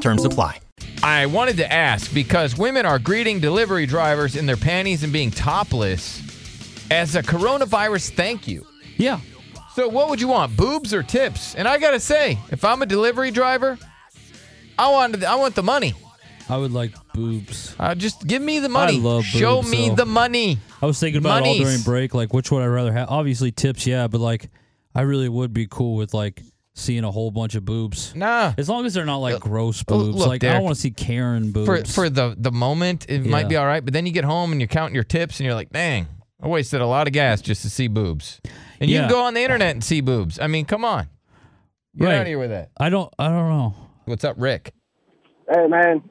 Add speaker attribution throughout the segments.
Speaker 1: Terms apply.
Speaker 2: I wanted to ask because women are greeting delivery drivers in their panties and being topless as a coronavirus thank you.
Speaker 3: Yeah.
Speaker 2: So, what would you want, boobs or tips? And I gotta say, if I'm a delivery driver, I want I want the money.
Speaker 3: I would like boobs.
Speaker 2: Uh, just give me the money.
Speaker 3: I love
Speaker 2: Show
Speaker 3: boobs,
Speaker 2: me
Speaker 3: though.
Speaker 2: the money.
Speaker 3: I was thinking about it
Speaker 2: Monies.
Speaker 3: all during break, like which would I rather have? Obviously tips, yeah, but like I really would be cool with like seeing a whole bunch of boobs.
Speaker 2: Nah.
Speaker 3: As long as they're not like gross
Speaker 2: Uh, l-
Speaker 3: boobs.
Speaker 2: look,
Speaker 3: like I
Speaker 2: Derek,
Speaker 3: don't want to see Karen boobs.
Speaker 2: For for the the moment, it might
Speaker 3: Yeah.
Speaker 2: be all right, but then you get home and you're counting your tips and you're like, dang, I wasted a lot of gas just to see boobs. And you
Speaker 3: Yeah.
Speaker 2: can go on the internet and see boobs. I mean, come on. Get out
Speaker 3: Right.
Speaker 2: of here with that.
Speaker 3: I don't I don't know.
Speaker 2: What's up, Rick?
Speaker 4: Hey man,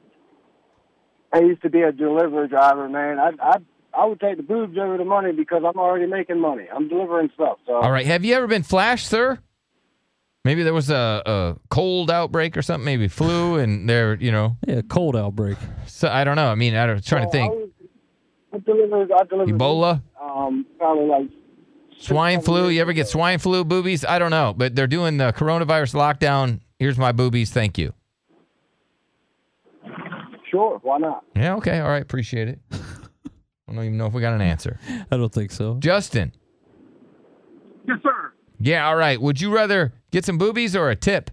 Speaker 4: I used to be a delivery driver, man. I I I would take the boobs over the money because I'm already making money. I'm delivering stuff, so
Speaker 2: All right. Have you ever been flashed, sir? Maybe there was a, a cold outbreak or something. Maybe flu, and there, you know.
Speaker 3: Yeah, cold outbreak.
Speaker 2: So I don't know. I mean, I was trying to
Speaker 4: Oh, I,
Speaker 2: think.
Speaker 4: was, I delivered. I delivered
Speaker 2: Ebola,
Speaker 4: Um, probably like
Speaker 2: swine
Speaker 4: seven
Speaker 2: flu.
Speaker 4: years
Speaker 2: You ever get
Speaker 4: ago.
Speaker 2: swine flu boobies? I don't know, but they're doing the coronavirus lockdown. Here's my boobies. Thank you.
Speaker 4: sure. Why not?
Speaker 2: Yeah. Okay. All right. Appreciate it. I don't even know if we got an answer.
Speaker 3: I don't think so.
Speaker 2: Justin.
Speaker 4: Yes, sir.
Speaker 2: Yeah. All right. Would you rather get some boobies or a tip?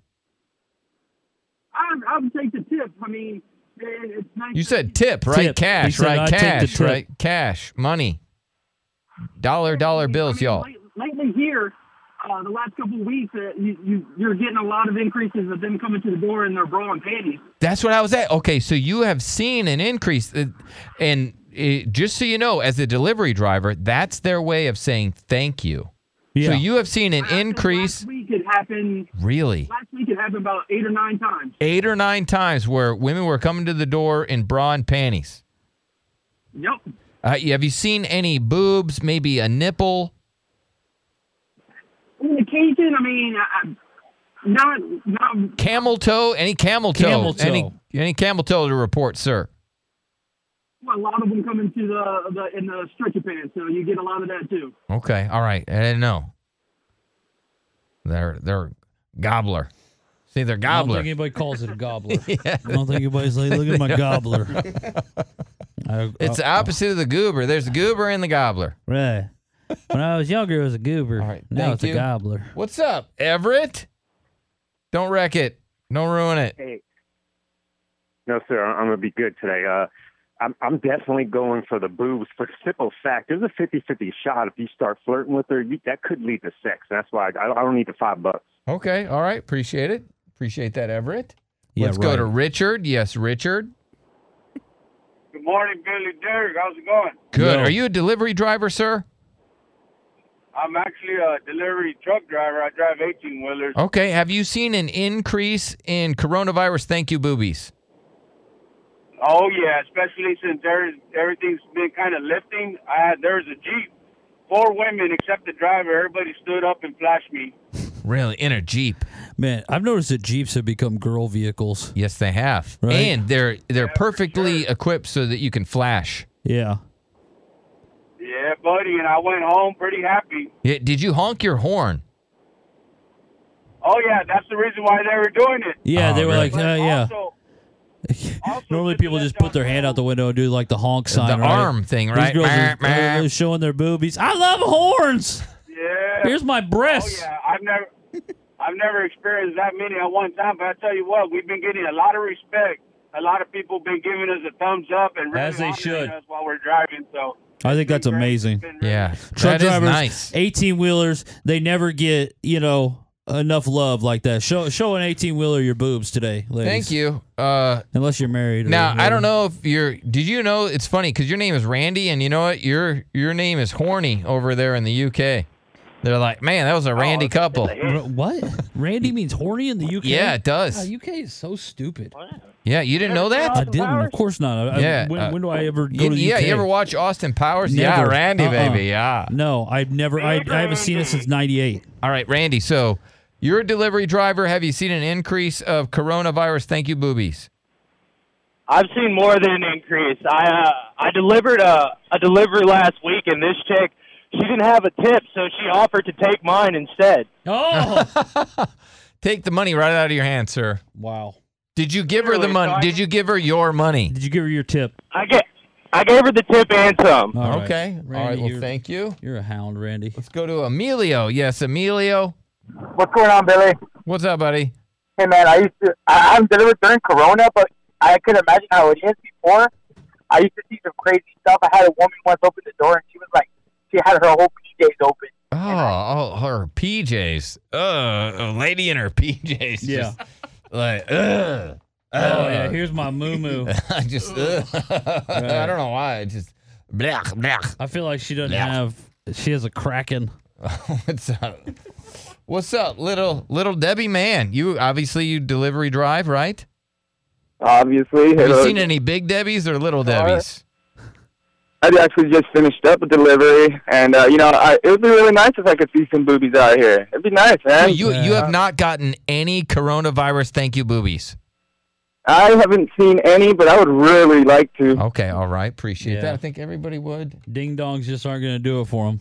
Speaker 4: I I would take the tip. I mean, it's nice.
Speaker 2: You said tip, right?
Speaker 3: Tip. He
Speaker 2: Cash,
Speaker 3: said,
Speaker 2: right?
Speaker 3: "I'd take the
Speaker 2: Cash,
Speaker 3: tip."
Speaker 2: right? Cash, money, dollar, dollar bills, y'all.
Speaker 4: Lately here, uh, the last couple of weeks, uh, you, you you're getting a lot of increases of them coming to the door in their bra and panties.
Speaker 2: That's what I was at. Okay, so you have seen an increase, uh, and uh, just so you know, as a delivery driver, that's their way of saying thank you.
Speaker 3: Yeah.
Speaker 2: So you have seen an
Speaker 4: I think
Speaker 2: increase,
Speaker 4: Last week it happened.
Speaker 2: really,
Speaker 4: Last week it happened about eight or nine times.
Speaker 2: eight or nine times where women were coming to the door in bra and panties.
Speaker 4: Yep.
Speaker 2: Uh, have you seen any boobs? Maybe a nipple?
Speaker 4: On occasion, I mean, I, I- not not
Speaker 2: Camel toe? Any camel toe?
Speaker 3: Camel toe.
Speaker 2: Any any camel toe to report, sir?
Speaker 4: a lot of them coming to the, the in the stretchy pants. So you get a lot of that too.
Speaker 2: Okay, all right. I didn't know. They're they're gobbler. See, they're
Speaker 3: I don't
Speaker 2: gobbler.
Speaker 3: think anybody calls it a gobbler. I don't think anybody's like, look at my gobbler. I-
Speaker 2: It's
Speaker 3: I-
Speaker 2: the opposite of the goober. There's the goober and the gobbler.
Speaker 3: Right. When I was younger, it was a goober.
Speaker 2: All right,
Speaker 3: Now
Speaker 2: thank
Speaker 3: it's
Speaker 2: you.
Speaker 3: a gobbler.
Speaker 2: What's up, Everett? Don't wreck it. Don't ruin it.
Speaker 5: No, sir, I- I'm gonna be good today. Uh, I'm, I'm definitely going for the boobs for the simple fact there's a 50-50 shot if you start flirting with her, you, that could lead to sex. That's why I, I don't need the five bucks.
Speaker 2: Okay, all right. Appreciate it. Appreciate that, Everett.
Speaker 3: Yeah,
Speaker 2: Let's go
Speaker 3: right.
Speaker 2: to Richard. Yes, Richard.
Speaker 4: Good morning, Billy Derrick. How's it going?
Speaker 2: Good.
Speaker 3: No.
Speaker 2: Are you a delivery driver, sir?
Speaker 4: I'm actually a delivery truck driver. I drive 18 wheelers.
Speaker 2: Okay. Have you seen an increase in coronavirus? Thank you, boobies.
Speaker 4: Oh yeah, especially since there's everything's been kind of lifting. I had there was a jeep, four women except the driver. Everybody stood up and flashed me.
Speaker 2: Really? In a Jeep.
Speaker 3: Man, I've noticed that Jeeps have become girl vehicles.
Speaker 2: Yes, they have.
Speaker 3: Right?
Speaker 2: And they're they're perfectly equipped so that you can flash.
Speaker 3: Yeah.
Speaker 4: Yeah, buddy, and I went home pretty happy.
Speaker 2: Yeah, Did you honk your horn?
Speaker 4: Oh yeah, that's the reason why they were doing it.
Speaker 3: Yeah,
Speaker 2: Oh,
Speaker 3: they were
Speaker 2: really?
Speaker 3: like, uh, yeah.
Speaker 4: Also, also
Speaker 3: Normally
Speaker 4: just to
Speaker 3: people
Speaker 4: let
Speaker 3: just
Speaker 4: y'all
Speaker 3: put their hand
Speaker 4: know-
Speaker 3: out the window and do like the honk sign,
Speaker 2: the
Speaker 3: right?
Speaker 2: arm thing, right?
Speaker 3: These girls
Speaker 2: Meh,
Speaker 3: are,
Speaker 2: meh.
Speaker 3: they're showing their boobies. I love horns.
Speaker 4: Yeah.
Speaker 3: Here's my
Speaker 4: oh
Speaker 3: breasts.
Speaker 4: yeah, I've never, I've never experienced that many at one time. But I tell you what, we've been getting a lot of respect. A lot of people been giving us a thumbs up and really
Speaker 3: As they
Speaker 4: honoring
Speaker 3: should.
Speaker 4: us while we're driving. So
Speaker 3: I think that's
Speaker 4: been great.
Speaker 3: amazing.
Speaker 4: Been really-
Speaker 2: Yeah.
Speaker 3: Truck
Speaker 2: that is
Speaker 3: drivers,
Speaker 2: nice.
Speaker 3: 18 wheelers, they never get, you know, enough love like that. Show show an 18 wheeler your boobs today, ladies.
Speaker 2: Thank you. Uh,
Speaker 3: Unless you're married. or
Speaker 2: now I
Speaker 3: whatever.
Speaker 2: don't know if you're. Did you know it's funny because your name is Randy, and you know what? Your your name is Horny over there in the UK. They're like, man, that was a Randy couple.
Speaker 3: R- What? Randy means horny in the UK? Oh,
Speaker 2: Yeah, it does.
Speaker 3: God, UK is so stupid.
Speaker 2: Yeah, you didn't know that?
Speaker 3: I didn't. Of course not. I, I-
Speaker 2: Yeah,
Speaker 3: when,
Speaker 2: uh,
Speaker 3: when do I ever go
Speaker 2: You-
Speaker 3: to the
Speaker 2: yeah,
Speaker 3: UK?
Speaker 2: you ever watch Austin Powers? Yeah,
Speaker 3: Never.
Speaker 2: Randy,
Speaker 3: Uh-uh.
Speaker 2: baby. Yeah.
Speaker 3: No, I've never. I, I haven't seen it since '98.
Speaker 2: All right, Randy. So you're a delivery driver. Have you seen an increase of coronavirus? Thank you, boobies.
Speaker 6: I've seen more than an increase. I uh, I delivered a a delivery last week, and this chick, she didn't have a tip, so she offered to take mine instead.
Speaker 3: Oh,
Speaker 2: Take the money right out of your hand, sir.
Speaker 3: wow!
Speaker 2: Did you give her the
Speaker 6: Really?
Speaker 2: money?
Speaker 6: Sorry.
Speaker 2: Did you give her your money?
Speaker 3: Did you give her your tip?
Speaker 6: I get, I gave her the tip and some.
Speaker 3: All right.
Speaker 2: Um, okay. All right.
Speaker 3: Randy,
Speaker 2: Well,
Speaker 3: you're-
Speaker 2: thank you.
Speaker 3: You're a hound, Randy.
Speaker 2: Let's go to Emilio. Yes, Emilio.
Speaker 7: What's going on, Billy?
Speaker 2: What's up, buddy?
Speaker 7: Hey, man, I used to, I, I'm delivered during Corona, but I could imagine how it is before. I used to see some crazy stuff. I had a woman once open the door, and she was like, she had her whole PJs open.
Speaker 2: Oh, oh, her PJs. Ugh, a lady in her PJs. just
Speaker 3: Yeah.
Speaker 2: Like, ugh.
Speaker 3: Oh yeah,
Speaker 2: Ugh.
Speaker 3: here's my moo moo.
Speaker 2: I just, ugh. I don't know why. It just, blech, blech.
Speaker 3: I feel like she doesn't
Speaker 2: Yeah.
Speaker 3: have. She has a kraken.
Speaker 2: What's up? What's up, little little Debbie man? You obviously you delivery drive, right?
Speaker 7: Obviously.
Speaker 2: Have you seen any big Debbies or little Debbies?
Speaker 7: I actually just finished up a delivery, and, uh, you know, I, it would be really nice if I could see some boobies out here. It'd be nice,
Speaker 2: So
Speaker 7: man.
Speaker 2: you you have not gotten any coronavirus thank you boobies.
Speaker 7: I haven't seen any, but I would really like to.
Speaker 2: Okay, all right, appreciate
Speaker 3: Yeah.
Speaker 2: that. I think everybody would.
Speaker 3: Ding dongs just aren't gonna do it for him.